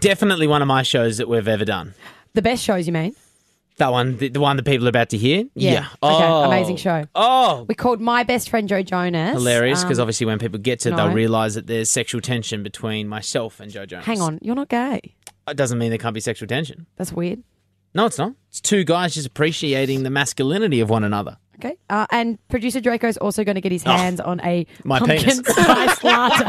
Definitely one of my shows that we've ever done. The best shows, you mean? That one, the, the one that people are about to hear. Okay. Oh. Amazing show. Oh, We called my best friend Joe Jonas. hilarious! Because Um, obviously, when people get to, it, no. they'll realise that there's sexual tension between myself and Joe Jones. hang on, you're not gay. it doesn't mean there can't be sexual tension. That's weird. No, it's not. It's two guys just appreciating the masculinity of one another. Okay. Uh, and producer Draco's also going to get his hands on a Oh, My pumpkin penis. spice latte.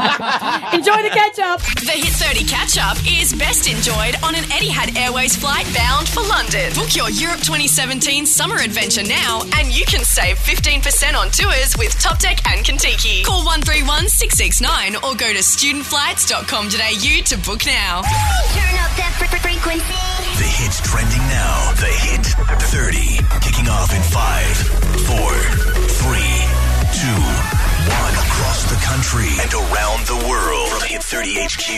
Enjoy the catch up. The Hit 30 catch up is best enjoyed on an Etihad Airways flight bound for London. Book your Europe 2017 summer adventure now and you can save 15% on tours with Top Deck and Contiki. Call 131 669 or go to studentflights.com.au to book now. Turn up that fre- fre- frequency. The hits trending now. The hit 30. Kicking off in 5, 4, 3, 2, 1. Across the country and around the world. From Hit 30 HQ.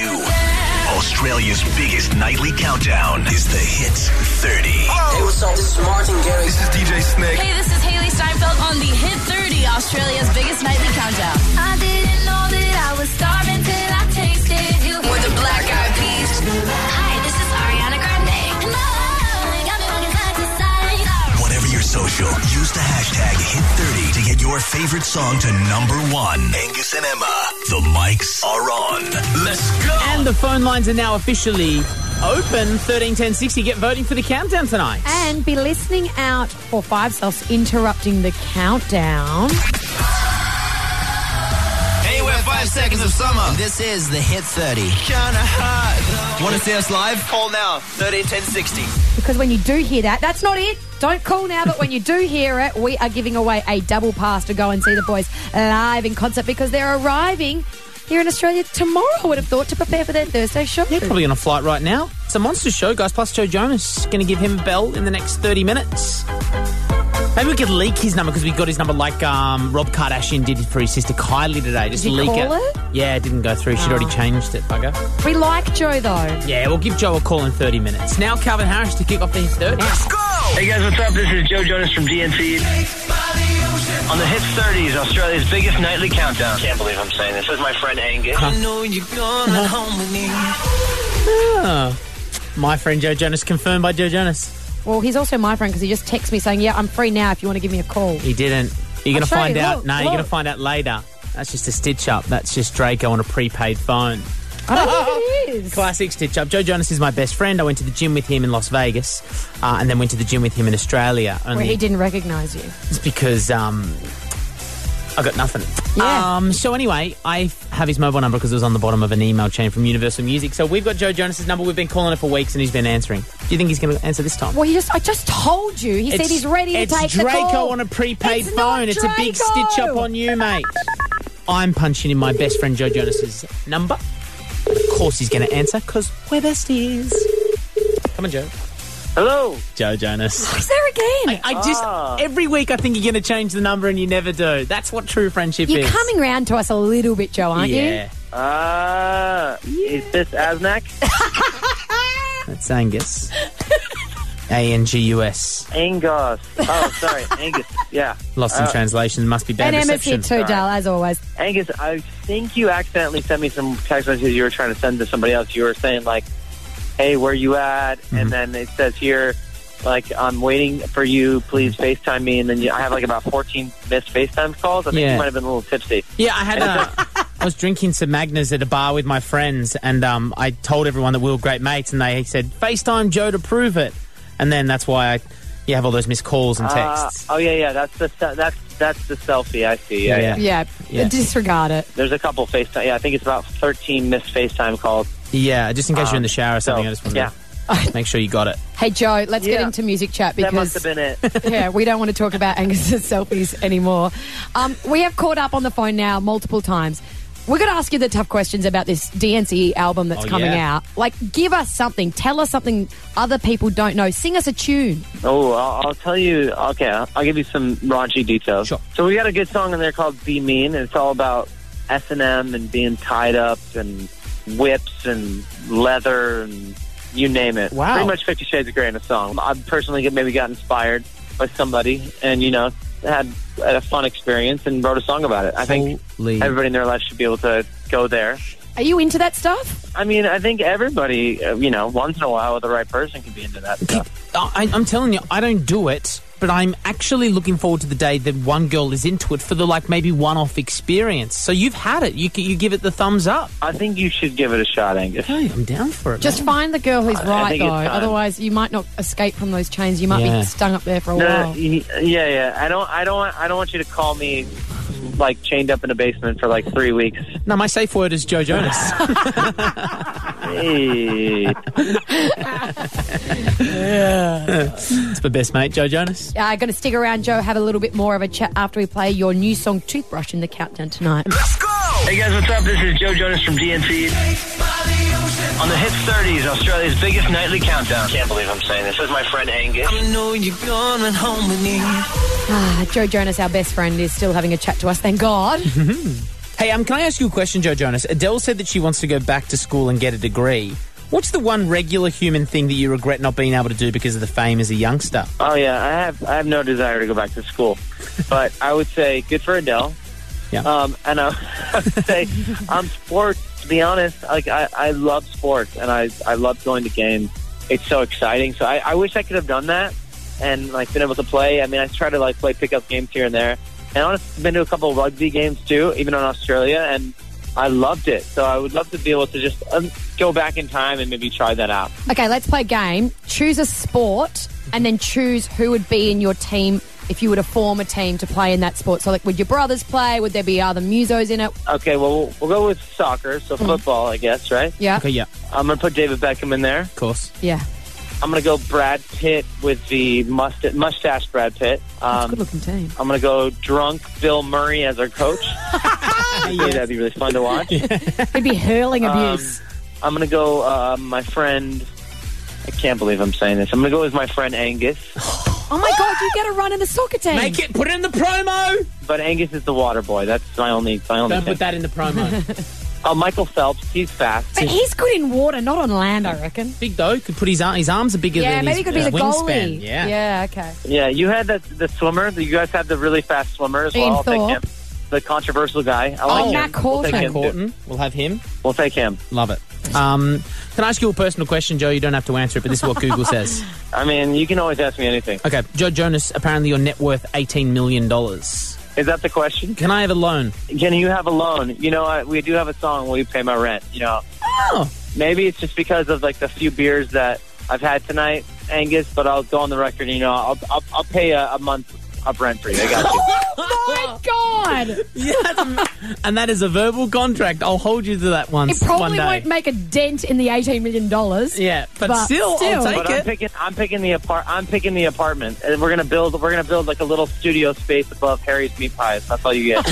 Australia's biggest nightly countdown is the hit 30. Hey, what's up? This is Martin Garrix. This is DJ Snake. Hey, this is Haley Steinfeld on the Hit 30, Australia's biggest nightly countdown. I didn't know that I was starving till I tasted you. With the black eyed peas. Hi, this is Ariana Grande. Whatever your social, use the hashtag hit30 to get your favorite song to number one. Angus and Emma, the mics are on. Let's go! And the phone lines are now officially open. Thirteen ten sixty. Get voting for the countdown tonight. And be listening out for Five Self's interrupting the countdown. Anywhere five seconds of summer. This is the Hit 30. Kinda hot. Want to see us live? Call now. 131060. Because when you do hear that, that's not it. Don't call now, but when you do hear it, we are giving away a double pass to go and see the boys live in concert because they're arriving here in Australia tomorrow, I would have thought, to prepare for their Thursday show. They're probably on a flight right now. It's a monster show, guys. Plus Joe Jonas going to give him a bell in the next thirty minutes. Maybe we could leak his number because we got his number like um, Rob Kardashian did for his sister Kylie today. Just Did you leak call Oh. it? Yeah, it didn't go through. She'd already changed it, bugger. We like Joe, though. Yeah, we'll give Joe a call in 30 minutes. Now Calvin Harris to kick off the hit 30. Hey guys, what's up? This is Joe Jonas from DNC. On the Hits 30s, Australia's biggest nightly countdown. Can't believe I'm saying this. This is my friend Angus. I know you're gonna home with me. Ah. My friend Joe Jonas, confirmed by Joe Jonas. Well, he's also my friend because he just texts me saying, Yeah, I'm free now if you want to give me a call. He didn't. You're going to I'll show find you. out. Look, no, you're going to look. find out later. That's just a stitch up. That's just Draco on a prepaid phone. I don't Oh. think it is. Classic stitch up. Joe Jonas is my best friend. I went to the gym with him in Las Vegas uh, and then went to the gym with him in Australia. Only Where he didn't recognise you. It's because um, I got nothing. Yeah. Um, so anyway, I f- have his mobile number because it was on the bottom of an email chain from Universal Music. So we've got Joe Jonas's number. We've been calling it for weeks, and he's been answering. Do you think he's going to answer this time? Well, he just I just told you. He said It's- he's ready to it's take Draco the call. on a prepaid It's not phone. It's a big Draco. stitch up on you, mate. I'm punching in my best friend Joe Jonas's number. And of course, he's going to answer because we're besties. Come on, Joe. Hello. Joe Jonas. Oh, He's there again. I, I just every week I think you're going to change the number and you never do. That's what true friendship You're is. coming round to us a little bit, Joe, aren't you? yeah, Uh, is this Asnak? that's Angus. A N G U S. Angus. Oh, sorry, Angus. Yeah. Lost in translation. Must be bad And Emma's here reception. too, Dale, E as always. Angus, I think you accidentally sent me some text messages you were trying to send to somebody else. You were saying, like, hey, where you at? And then it says here, like, I'm waiting for you. Please FaceTime me. And then you, I have, like, about 14 missed FaceTime calls. I think Yeah. you might have been a little tipsy. Yeah, I had a. I was drinking some Magners at a bar with my friends, and um, I told everyone that we were great mates, and they said FaceTime Joe to prove it, and then that's why I, you have all those missed calls and Uh, texts. oh yeah, yeah. That's the se- that's that's the selfie. I see. Yeah, yeah. Yeah, Yeah. disregard it. There's a couple FaceTime. Yeah, I think it's about 13 missed FaceTime calls. yeah. Just in case you're in the shower or something, Ah. so, I just want yeah. to make sure you got it. Hey, Joe, let's get Yeah. into music chat That must because have been it. yeah, we don't want to talk about Angus's selfies anymore. Um, we have caught up on the phone now multiple times. We're going to ask you the tough questions about this DNCE E album that's Oh, coming yeah. out. Like, give us something. Tell us something other people don't know. Sing us a tune. oh, I'll, I'll tell you. Okay, I'll, I'll give you some raunchy details. Sure. So we got a good song in there called "Be Mean," and it's all about S and M and being tied up and whips and leather and you name it. Wow. Pretty much Fifty Shades of Grey in a song. I personally get- maybe got inspired by somebody, and you know, had, had a fun experience and wrote a song about it. I think Holy everybody in their life should be able to go there Are you into that stuff? I mean, I think everybody, uh, you know, once in a while, the right person can be into that stuff. I, I'm telling you, I don't do it, but I'm actually looking forward to the day that one girl is into it for the like maybe one-off experience. So you've had it. You c- you give it the thumbs up. I think you should give it a shot, Angus. Hey, I'm down for it. Just man. find the girl who's I right, think though. it's time. Otherwise, you might not escape from those chains. You might Yeah. be stung up there for a No, while. y- yeah, yeah. I don't, I don't, want- I don't want you to call me like chained up in a basement for like three weeks. no. My safe word is Joe Jonas. Hey. it's my best mate, Joe Jonas. Uh, going to stick around, Joe. Have a little bit more of a chat after we play your new song, Toothbrush, in the countdown tonight. Let's go! Hey guys, what's up? This is Joe Jonas from DNC. On the Hits 30s, Australia's biggest nightly countdown. Can't believe I'm saying this. This is my friend Angus. I know you're coming home with me. Ah, Joe Jonas, our best friend, is still having a chat to us. Thank God. Hey, um, can I ask you a question, Joe Jonas? Adele said that she wants to go back to school and get a degree. What's the one regular human thing that you regret not being able to do because of the fame as a youngster? Oh yeah, I have I have no desire to go back to school, but I would say good for Adele. Yeah. Um, and I I would say um, sports. To be honest, like I, I love sports and I I love going to games. It's so exciting. So I, I wish I could have done that and like been able to play. I mean, I try to like play pickup games here and there. And honestly, I've been to a couple of rugby games too, even in Australia, and I loved it. So I would love to be able to just um, go back in time and maybe try that out. Okay, let's play a game. Choose a sport and then choose who would be in your team if you were to form a team to play in that sport. So, like, would your brothers play? Would there be other musos in it? Okay, well we'll, we'll go with soccer, so football, I guess, right? Yeah. Okay, yeah, I'm gonna put David Beckham in there. of course. Yeah. I'm gonna go Brad Pitt with the must- mustache Brad Pitt. Good Um, looking team. I'm gonna go drunk Bill Murray as our coach. yeah, that'd be really fun to watch. It'd be hurling Um, abuse. I'm gonna go uh, my friend. I can't believe I'm saying this. I'm gonna go with my friend Angus, oh my God, you get a run in the soccer team. Make it. Put it in the promo. but Angus is the water boy. That's my only my only. Don't Thing. put that in the promo. Oh, Michael Phelps, he's fast. But he's good in water, not on land, I reckon. Big though. Could put his ar- his arms are bigger Yeah, than maybe his it could be uh, the wingspan. goalie. Yeah. Yeah, okay. Yeah, you had the the swimmer. You guys have the really fast swimmer as well. Ian I'll take Thorpe. him. The controversial guy. I like Oh, him. Matt We'll Corton. take Matt him, too. Corton. We'll have him. We'll take him. Love it. Um, can I ask you a personal question, Joe? You don't have to answer it, but this is what Google says. I mean, you can always ask me anything. Okay, Joe Jonas. Apparently, your net worth eighteen million dollars. Is that the question? Can I have a loan? Can you have a loan? You know, I, we do have a song. Will you pay my rent? You know, Oh, maybe it's just because of like the few beers that I've had tonight, Angus. But I'll go on the record. You know, I'll I'll, I'll pay a, a month of rent for you. I got you. Oh My God! and that is a verbal contract. I'll hold you to that one. It probably one day. won't make a dent in the $18 million. Yeah, but, But still, still. I'll but I'm take it. picking I'm picking the apart I'm picking the apartment, and we're gonna build we're gonna build like a little studio space above Harry's meat pies. That's all you get.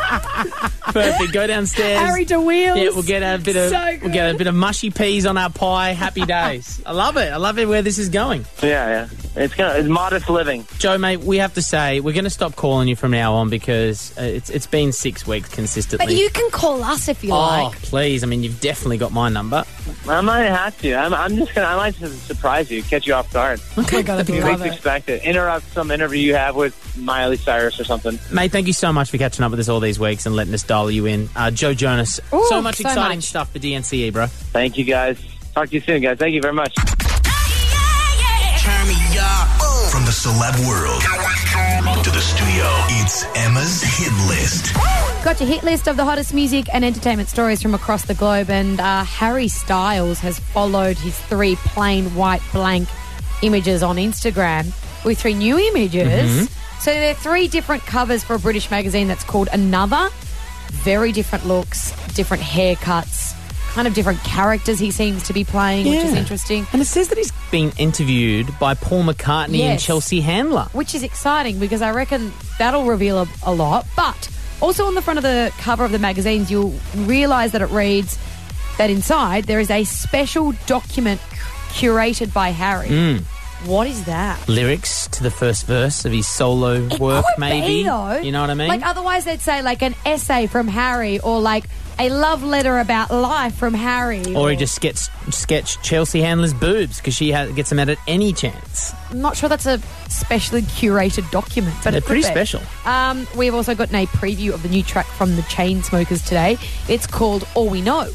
Perfect. Go downstairs. Harry DeWheels. yeah, we'll get a bit of So good. we'll get a bit of mushy peas on our pie. Happy days. I love it. I love it where this is going. yeah, yeah. It's gonna it's modest living. Joe, mate, we have to say we're going to stop calling you from now on because uh, it's it's been six weeks consistently. But you can call us if you oh, like. please! I mean, you've definitely got my number. I might have to. I'm, I'm just gonna I might just surprise you, catch you off guard. Oh my God, I You love least it. expect it. Interrupt some interview you have with Miley Cyrus or something. Mate, thank you so much for catching up with us all these weeks and letting us dial you in. Uh, Joe Jonas, Ooh, so much so exciting much. stuff for DNCE, E, bro. Thank you guys. Talk to you soon, guys. Thank you very much. Turn me up. From the celeb world to the studio, it's Emma's hit list. Got your hit list of the hottest music and entertainment stories from across the globe, and uh, Harry Styles has followed his three plain white blank images on Instagram with three new images. So they're three different covers for a British magazine that's called Another. Very different looks, different haircuts, kind of different characters he seems to be playing, which is Yeah. interesting. And it says that he's been interviewed by Paul McCartney and Yes. Chelsea Handler. which is exciting because I reckon that'll reveal a, a lot. But also on the front of the cover of the magazines, you'll realise that it reads that inside there is a special document c- curated by Harry. Mm. What is that? Lyrics to the first verse of his solo It work, could be, maybe. though. You know what I mean? Like otherwise, they'd say like an essay from Harry or like a love letter about life from Harry. Or he just gets sketch Chelsea Handler's boobs because she ha- gets them out at any chance. I'm not sure that's a specially curated document, but They're it could pretty be. special. Um, we've also gotten a preview of the new track from the Chainsmokers today. It's called All We Know.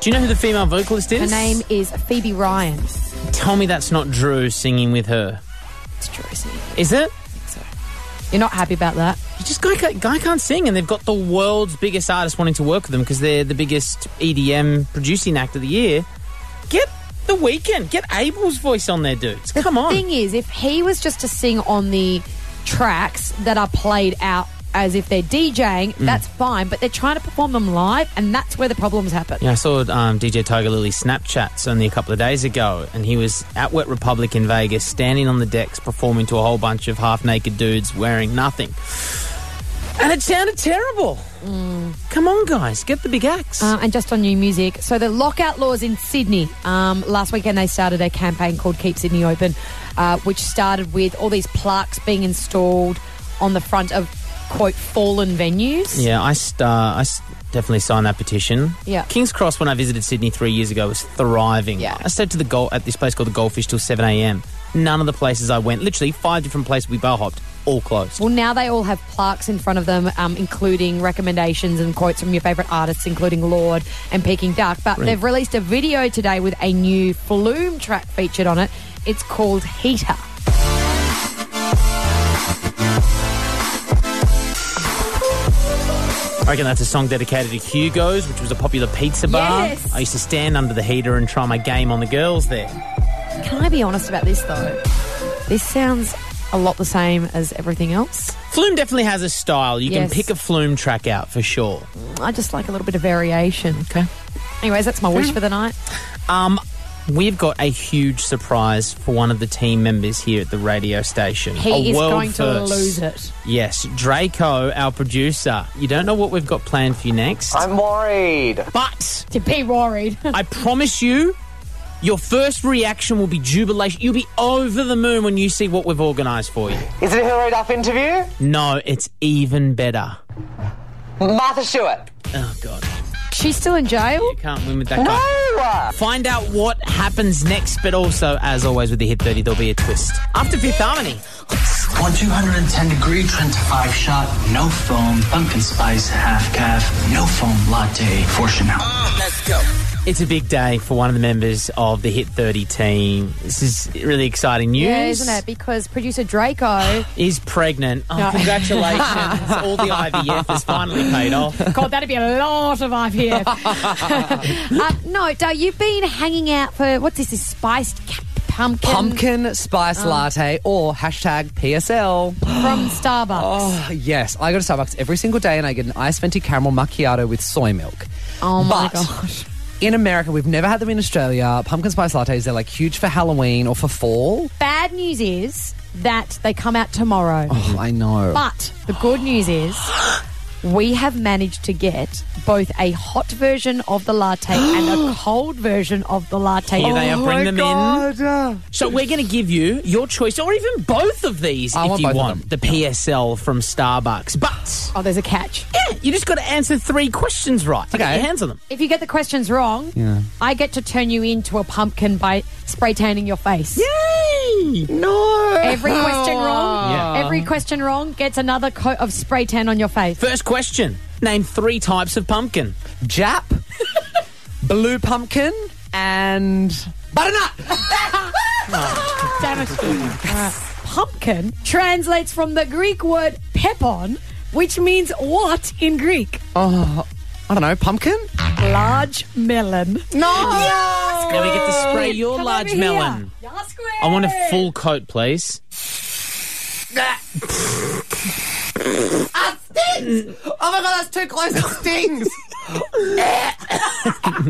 Do you know who the female vocalist Her is? name is Phoebe Ryan. Tell me that's not Drew singing with her. It's true, isn't it? Is it? You're not happy about that. You just guy, ca- guy can't sing, and they've got the world's biggest artist wanting to work with them because they're the biggest EDM producing act of the year. Get the weekend. Get Abel's voice on there, dudes. The Come on. thing is, if he was just to sing on the tracks that are played out as if they're DJing, that's fine. But they're trying to perform them live, and that's where the problems happen. Yeah, I saw um, DJ Tiger Lily's Snapchats only a couple of days ago, and he was at Wet Republic in Vegas, standing on the decks, performing to a whole bunch of half-naked dudes wearing nothing, and it sounded terrible. Come on, guys, get the big axe. Mm. Uh, and just on new music, so the lockout laws in Sydney. Um, last weekend, they started a campaign called Keep Sydney Open, uh, which started with all these plaques being installed on the front of quote fallen venues. yeah, I st- uh, I s- definitely signed that petition. Yeah. Kings Cross when I visited Sydney three years ago was thriving. Yeah. I stayed to the goal at this place called the Goldfish till seven a.m. None of the places I went, literally five different places we bar hopped, all closed. Well, now they all have plaques in front of them, um, including recommendations and quotes from your favourite artists, including Lord and Peking Duck. But they've released a video today with a new Flume track featured on it. It's called Heater. I reckon that's a song dedicated to Hugo's, which was a popular pizza bar. Yes. I used to stand under the heater and try my game on the girls there. Can I be honest about this though? This sounds a lot the same as everything else. Flume definitely has a style. You Yes. can pick a Flume track out for sure. I just like a little bit of variation. Okay. Anyways, that's my wish for the night. Um, we've got a huge surprise for one of the team members here at the radio station. He a is world going to first. lose it. Yes, Draco, our producer. You don't know what we've got planned for you next, I'm worried. but To be worried. I promise you, your first reaction will be jubilation. You'll be over the moon when you see what we've organised for you. Is it a Hillary Duff interview? No, it's even better. Martha Stewart. Oh god, She's still in jail. you can't win with that guy. Find out what happens next, but also, as always with the hit thirty, there'll be a twist after Fifth Harmony. One 210 degree trend to five shot, no foam, pumpkin spice, half calf, no foam latte for Chanel. It's a big day for one of the members of the Hit 30 team. This is really exciting news. Yeah, isn't it? Because producer Draco Is pregnant. Oh, No. congratulations. All the IVF has finally paid off. God, that'd be a lot of IVF. uh, no, Dale, you've been hanging out for what's this? This spiced ca- pumpkin, Pumpkin spice Oh. latte or hashtag PSL. from Starbucks. Oh, yes. I go to Starbucks every single day and I get an iced venti caramel macchiato with soy milk. Oh, my but gosh. In America, we've never had them in Australia. Pumpkin spice lattes, they're like huge for Halloween or for fall. Bad news is that they come out tomorrow. Oh, I know. But the good news is we have managed to get both a hot version of the latte and a cold version of the latte. Oh Here they are. Bring them in. God. So we're going to give you your choice, or even both of these, I if want you both of want the them. PSL from Starbucks. But Oh, there's a catch. yeah, you just got to answer three questions right. To Get Okay. your hands on them. If you get the questions wrong, I get to turn you into a pumpkin by spray tanning your face. Yay! No. Every question wrong. Yeah. Every question wrong gets another coat of spray tan on your face. First question. Name three types of pumpkin. Jap, blue pumpkin, and butternut. Damn it. Alright. Pumpkin translates from the Greek word pepon, which means what in Greek? I don't know, pumpkin? Large melon. No. Now we get to spray your Come large over here. melon. Yes, I want a full coat, please. Oh my god, that's too close. It stings.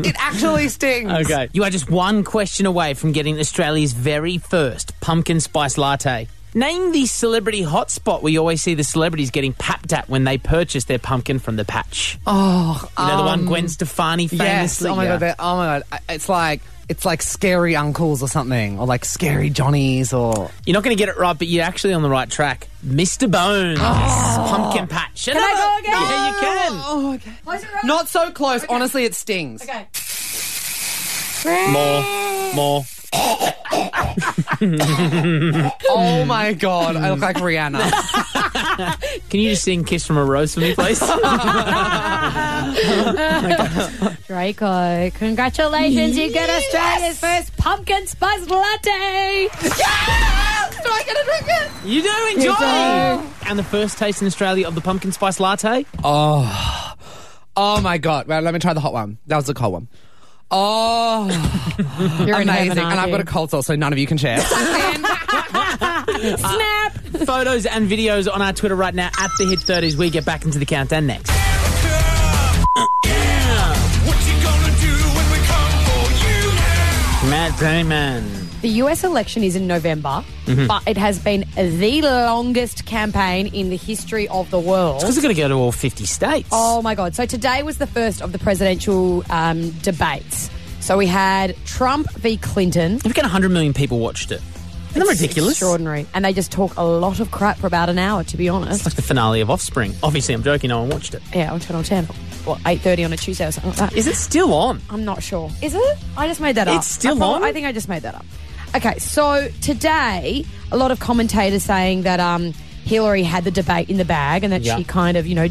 it actually stings. Okay. You are just one question away from getting Australia's very first pumpkin spice latte. Name the celebrity hotspot where you always see the celebrities getting papped at when they purchase their pumpkin from the patch. Oh, um, You know the one Gwen Stefani famously. yes. Oh my yeah. god. they're- Oh my god. I- It's like It's like scary uncles or something, or like scary Johnnies, or You're not going to get it right, but you're actually on the right track. Mr. Bones, pumpkin patch. Can I go again? Yeah, you can. Oh, okay. Not so close. Honestly, it stings. Okay. More, more. oh my god, I look like Rihanna. Can you just sing "Kiss from a Rose" for me, please? Draco, congratulations! You get Australia's first pumpkin spice latte. Do I get a drink it? you do enjoy. And the first taste in Australia of the pumpkin spice latte. Oh, oh my god. Well, let me try the hot one. That was the cold one. Oh, You're in amazing. heaven, And aren't I've you? got a cold sore, so none of you can share. Oh snap. Photos and videos on our Twitter right now at the Hit 30s. We get back into the countdown next. Uh, What you gonna do when we come for you now? Matt Damon. The US election is in November, Mm-hmm. but it has been the longest campaign in the history of the world. Because we're going to go to all 50 states. Oh my God. So today was the first of the presidential um, debates. So we had Trump v. Clinton. We've got 100 million people watched it. Isn't that ridiculous? It's Extraordinary. And they just talk a lot of crap for about an hour, to be honest. like the finale of Offspring. Obviously, I'm joking. No one watched it. Yeah, on Channel 10. What, 8.30 on a Tuesday or something like that. Is it still on? I'm not sure. Is it? I just made that up. It's still I prob- on? I think I just made that up. Okay, so today, a lot of commentators saying that um, Hillary had the debate in the bag and that Yeah. she kind of, you know,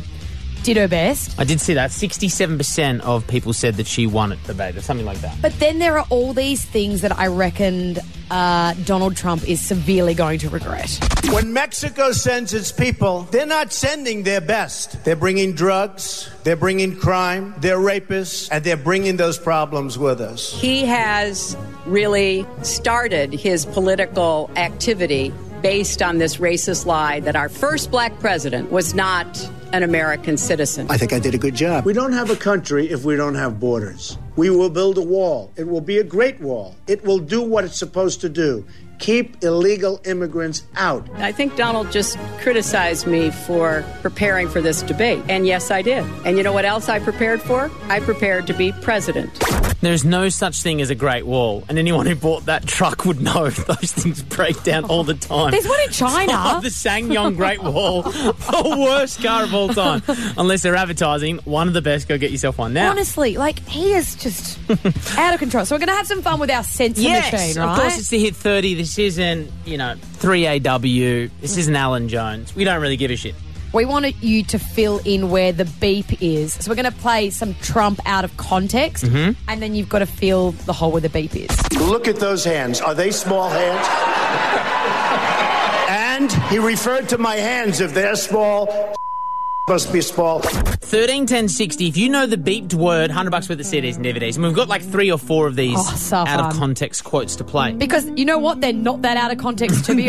did her best. I did see that. 67% of people said that she won at the debate or something like that. But then there are all these things that I reckoned uh, Donald Trump is severely going to regret. When Mexico sends its people, they're not sending their best. They're bringing drugs, they're bringing crime, they're rapists, and they're bringing those problems with us. He has really started his political activity based on this racist lie that our first black president was not an American citizen. I think I did a good job. We don't have a country if we don't have borders. We will build a wall. It will be a great wall. It will do what it's supposed to do keep illegal immigrants out. I think Donald just criticized me for preparing for this debate. And yes, I did. And you know what else I prepared for? I prepared to be president. There's no such thing as a Great Wall, and anyone who bought that truck would know those things break down all the time. There's one in China. Oh, the Sangyong Great Wall, the worst car of all time. Unless they're advertising, one of the best. Go get yourself one now. Honestly, like, he is just out of control. So we're going to have some fun with our sensor yes, machine, right? of course. It's the hit thirty. This isn't you know three AW. This isn't Alan Jones. We don't really give a shit. We wanted you to fill in where the beep is. So we're going to play some Trump out of context, and then you've got to fill the hole where the beep is. Look at those hands. Are they small hands? and he referred to my hands. If they're small, must be small. Thirteen ten sixty. If you know the beeped word, hundred bucks worth of CDs and DVDs. And we've got like three or four of these Oh, so out of fun. context quotes to play. Because you know what? They're not that out of context, to be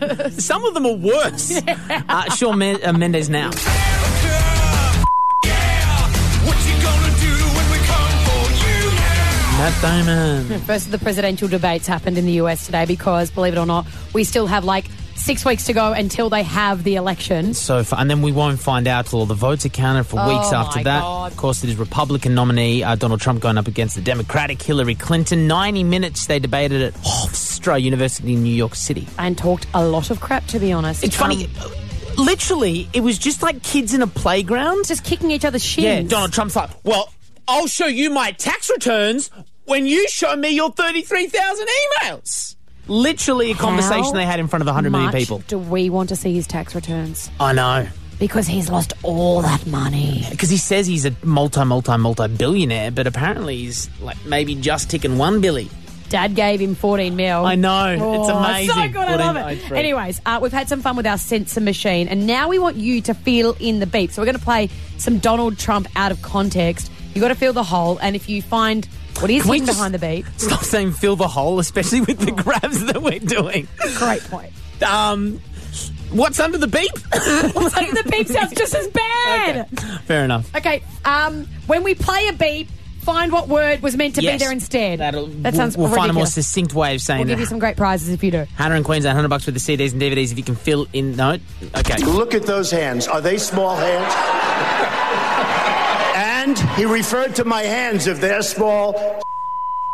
No, some of them are worse. Uh, Shawn Men- uh, Mendes now. What you gonna do when we come for you now? Matt Damon. First of the presidential debates happened in the US today because, believe it or not, we still have like six weeks to go until they have the election. So far, and then we won't find out till all the votes are counted for weeks Oh, after my that. God. Of course, it is Republican nominee uh, Donald Trump going up against the Democratic Hillary Clinton. 90 minutes they debated at Hofstra University in New York City. And talked a lot of crap, to be honest. It's funny. Um, Literally, it was just like kids in a playground. just kicking each other's shins. Yeah, Donald Trump's like, well, I'll show you my tax returns when you show me your 33,000 emails. Literally a conversation How they had in front of 100 million much people. Do we want to see his tax returns? I know. Because he's lost all that money. Because he says he's a multi, multi, multi billionaire, but apparently he's like maybe just ticking one billy. Dad gave him 14 mil. Oh, I know. It's amazing. So good. I 14, love oh, it's it. great. Anyways, uh, we've had some fun with our sensor machine, and now we want you to fill in the beep. So we're going to play some Donald Trump out of context. you got to fill the hole, and if you find what is Can we hidden just- behind the beep, Stop saying fill the hole, especially with the grabs that we're doing. great point. Um, what's under the beep? What's under the beep sounds just as bad. Fair enough. Okay, um, when we play a beep, find what word was meant to Yes. be there instead. That'll, that sounds We'll, we'll find a more ridiculous. succinct way of saying We'll that. give you some great prizes if you do. Hannah in Queensland, 100 bucks for the CDs and DVDs if you can fill in. No? Okay. Look at those hands. Are they small hands? and he referred to my hands. If they're small,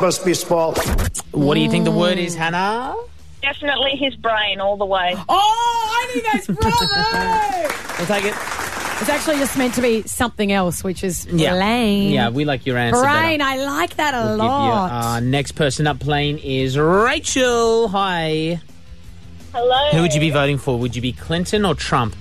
must be small. What do you think the word is, Hannah? Definitely his brain all the way. Oh, I knew that's brother. We'll take it. It's actually just meant to be something else, which is Yeah. lame. Yeah, we like your answer. Brain, better. I like that a We'll give you- lot. uh, next person up playing is Rachel. Hi. Hello. Who would you be voting for? Would you be Clinton or Trump?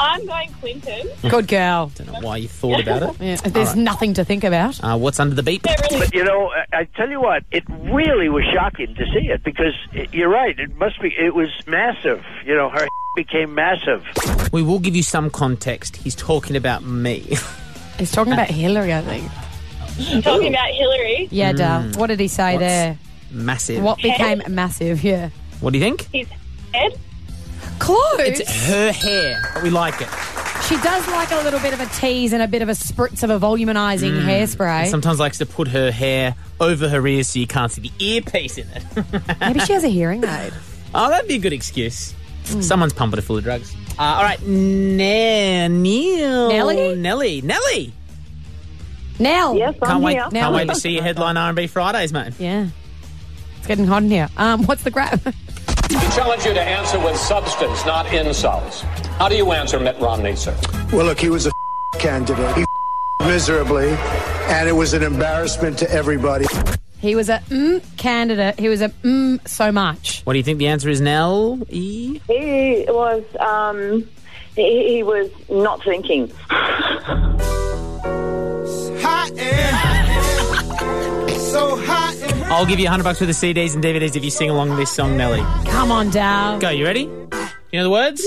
I'm going Clinton. Good girl. Don't know why you thought about it. Yeah, All there's right. nothing to think about. Uh, what's under the beep? But you know, I- I tell you what, it really was shocking to see it because i- you're right. It must be. It was massive. You know, her became massive. We will give you some context. He's talking about me. He's talking about Hillary, I think. Talking about Hillary. Yeah, duh. Mm. What did he say What's- there? Massive. What became massive? Yeah. What do you think? His head. Close. Her hair. But we like it. she does like a little bit of a tease and a bit of a spritz of a volumizing Mm. hairspray. Sometimes likes to put her hair over her ears so you can't see the earpiece in it. Maybe she has a hearing aid. Oh, that'd be a good excuse. Hmm. Someone's pumping her full of drugs. Uh, all right, Ne- Neil. Nelly? Nelly. Nelly. Nell. Yes, Can't wait. Can't wait to see your headline R&B Fridays, mate. Yeah. It's getting hot in here. Um, what's the grab? We challenge you to answer with substance, not insults. How do you answer Mitt Romney, sir? Well, look, he was a candidate. He miserably, and it was an embarrassment to everybody. he was a mm candidate. He was a mm so much. What do you think the answer is, Nell? E? He was um, he, he was not thinking. Hot air. so hot and I'll give you 100 bucks for the CDs and DVDs if you sing along this song, Nelly. Come on, Dal. Go, you ready? You know the words?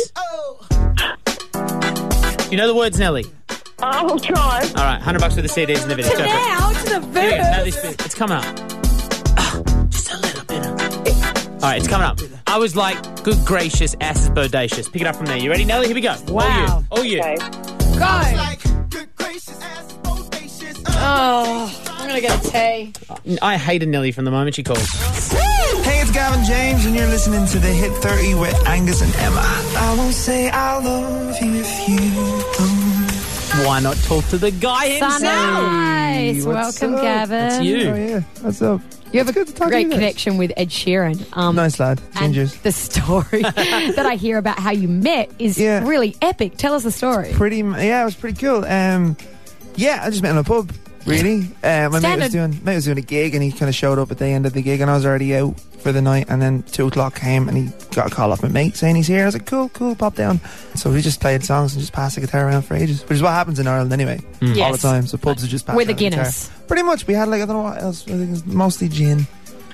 You know the words, Nelly? I'll try. All right, 100 bucks for the CDs and DVDs. Go for it. to the Here we go. Now this bit. It's coming up. Ah, just a little bit. All right, it's coming up. I was like, good gracious, ass is bodacious. Pick it up from there. You ready, Nelly? Here we go. Wow. All you. All you. Uh. Oh, I'm gonna get a tea. I hated Nelly from the moment she called. Hey, it's Gavin James, and you're listening to the Hit 30 with Angus and Emma. I won't say I love you if you don't. Why not talk to the guy himself? Ah, Nice. What's Welcome, up? Gavin. That's you. Oh, What's up? You have a great connection with Ed Sheeran. Um, nice lad. And the story that I hear about how you met is really epic. Tell us the story. Pretty, m- yeah, it was pretty cool. Um, yeah, I just met in a pub. Really, uh, my mate Standard. was doing mate was doing a gig, and he kind of showed up at the end of the gig, and I was already out for the night. And then two o'clock came, and he got a call off my mate saying he's here. I was like, cool, cool, pop down. So we just played songs and just passed the guitar around for ages, which is what happens in Ireland anyway, Mm. all the Yes. time. So pubs are just passing With a around the guitar. Guinness. Pretty much, we had like I don't know what else. I think it was mostly gin,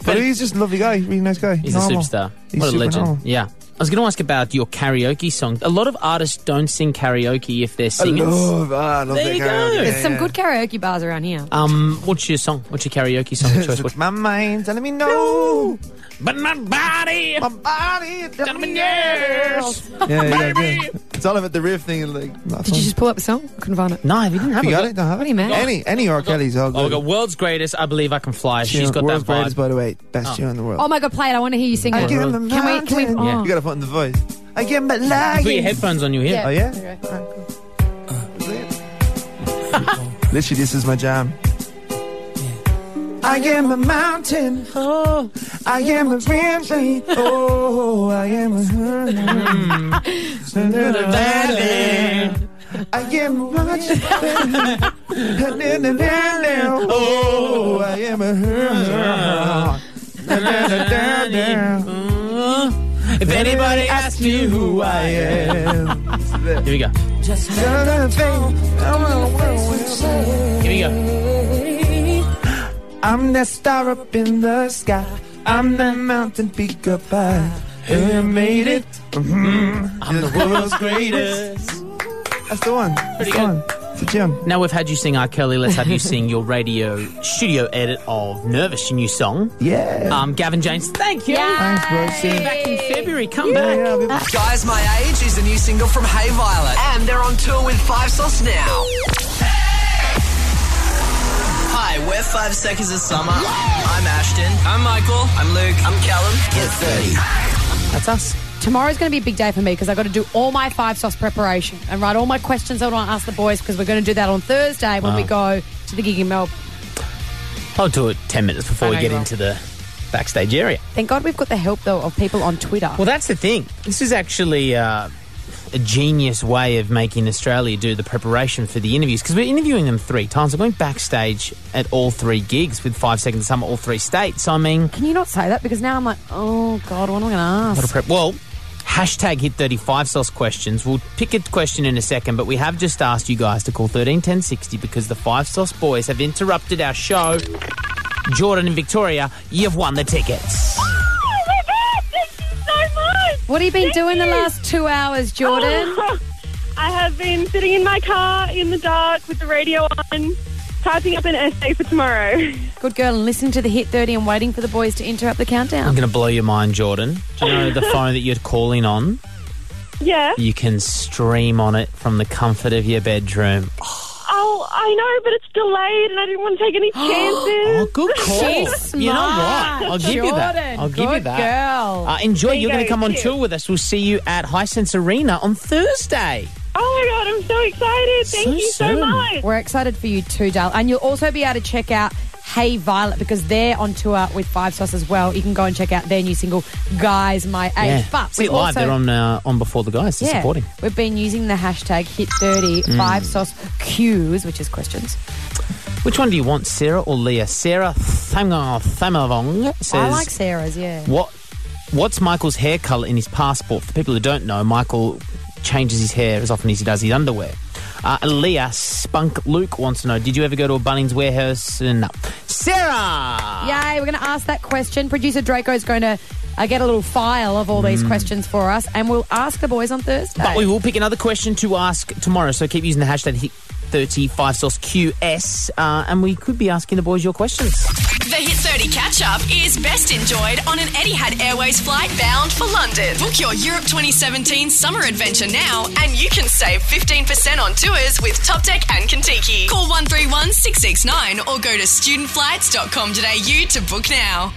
but he's just a lovely guy, really nice guy. He's normal. a superstar. He's what a super legend. normal. Yeah. I was going to ask about your karaoke song. A lot of artists don't sing karaoke if they're singers. love- ah, I love there that you karaoke. go. Yeah, There's some good karaoke bars around here. Um, what's your song? What's your karaoke song of choice? What- My mind telling me no, but my body, my body telling me yes. Yeah, yeah, It's all about the riff thing and like. Did you just pull up a song? Couldn't find it. No, I didn't have You it. got it? Don't have it. What do you mean? Any any R. Kelly's all oh, good. we got world's greatest. I believe I can fly. Tune- She's got world's that vibe. greatest, by the way, best tune in the world. Oh my god, play it! I want to hear you sing I it. give Can him we? Can we? mountain. Oh. You gotta put in the voice. I give him a lion. Put your headphones on. You hear? Oh yeah. Literally, this is my jam. I am a mountain. Oh, I am a valley. Oh, I am a valley. I am a mountain. in the valley. Oh, I am a If anybody asks me who I am, here we go. Just another thing. I wanna Here we go. I'm that star up in the sky. I'm that mountain peak up high. Who made it? Mhm. I'm the world's greatest. That's the one. That's the one. It's a gem. Now we've had you sing R. Kelly. Let's have you sing your radio studio edit of Nervous, your new song. Yeah. Um, Gavin James, thank you. Thanks, bro. See you. Back in February, come back. Guys My Age is the new single from Hey Violet, and they're on tour with Five Sauce now. Hi, we're Five Seconds of Summer. I'm Ashton. I'm Michael. I'm Luke. I'm Callum. Get 30. That's us. Tomorrow's going to be a big day for me because I've got to do all my five sauce preparation and write all my questions I want to ask the boys because we're going to do that on Thursday when Wow. we go to the gig in Melbourne. I'll do it 10 minutes before I we know get you will. into the backstage area. Thank God we've got the help, though, of people on Twitter. Well, that's the thing. This is actually uh, a genius way of making Australia do the preparation for the interviews because we're interviewing them three times. I went backstage at all three gigs with Five Seconds of Summer, all three states. I mean, Can you not say that? Because now I'm like, oh, God, what am I going to ask? what a prep. Well, hashtag hit 35 sauce questions. We'll pick a question in a second, but we have just asked you guys to call 131060 because the Five Sauce Boys have interrupted our show. Jordan and Victoria, you've won the tickets. What have you been Thank doing the you. last two hours, Jordan? Oh, I have been sitting in my car in the dark with the radio on, typing up an essay for tomorrow. Good girl, and listening to the hit 30 and waiting for the boys to interrupt the countdown. I'm going to blow your mind, Jordan. Do you know the phone that you're calling on? Yeah. You can stream on it from the comfort of your bedroom. Oh, I know, but it's delayed and I didn't want to take any chances. oh, good call. She's You know smart. what? I'll give you that. Jordan, I'll give you good that. girl. Uh, enjoy. There you You're going to go. come on Cheers. tour with us. We'll see you at High Sense Arena on Thursday. Oh my god, I'm so excited. Thank So you so soon. much. We're excited for you too, Dale. And you'll also be able to check out Hey Violet because they're on tour with Five Sauce as well. You can go and check out their new single, Guys My Age. But see we it live. also They're on uh, on before the guys. They're supporting. We've been using the hashtag hit30 Mm. five sauce cues, which is questions. Which one do you want, Sarah or Leah? Sarah Thamavong says. I like Sarah's, yeah. What what's Michael's hair colour in his passport? For people who don't know, Michael changes his hair as often as he does his underwear. Uh, Leah Spunk Luke wants to know: Did you ever go to a Bunnings warehouse? Uh, No. Sarah. Yay, we're going to ask that question. Producer Draco's going to uh, get a little file of all Mm. these questions for us, and we'll ask the boys on Thursday. But we will pick another question to ask tomorrow, so keep using the hashtag hit 35 sauce QS, uh, and we could be asking the boys your questions. The Hit 30 catch up is best enjoyed on an Etihad Airways flight bound for London. Book your Europe 2017 summer adventure now and you can save 15% on tours with Top Deck and Contiki. Call 131 669 or go to studentflights.com.au to book now.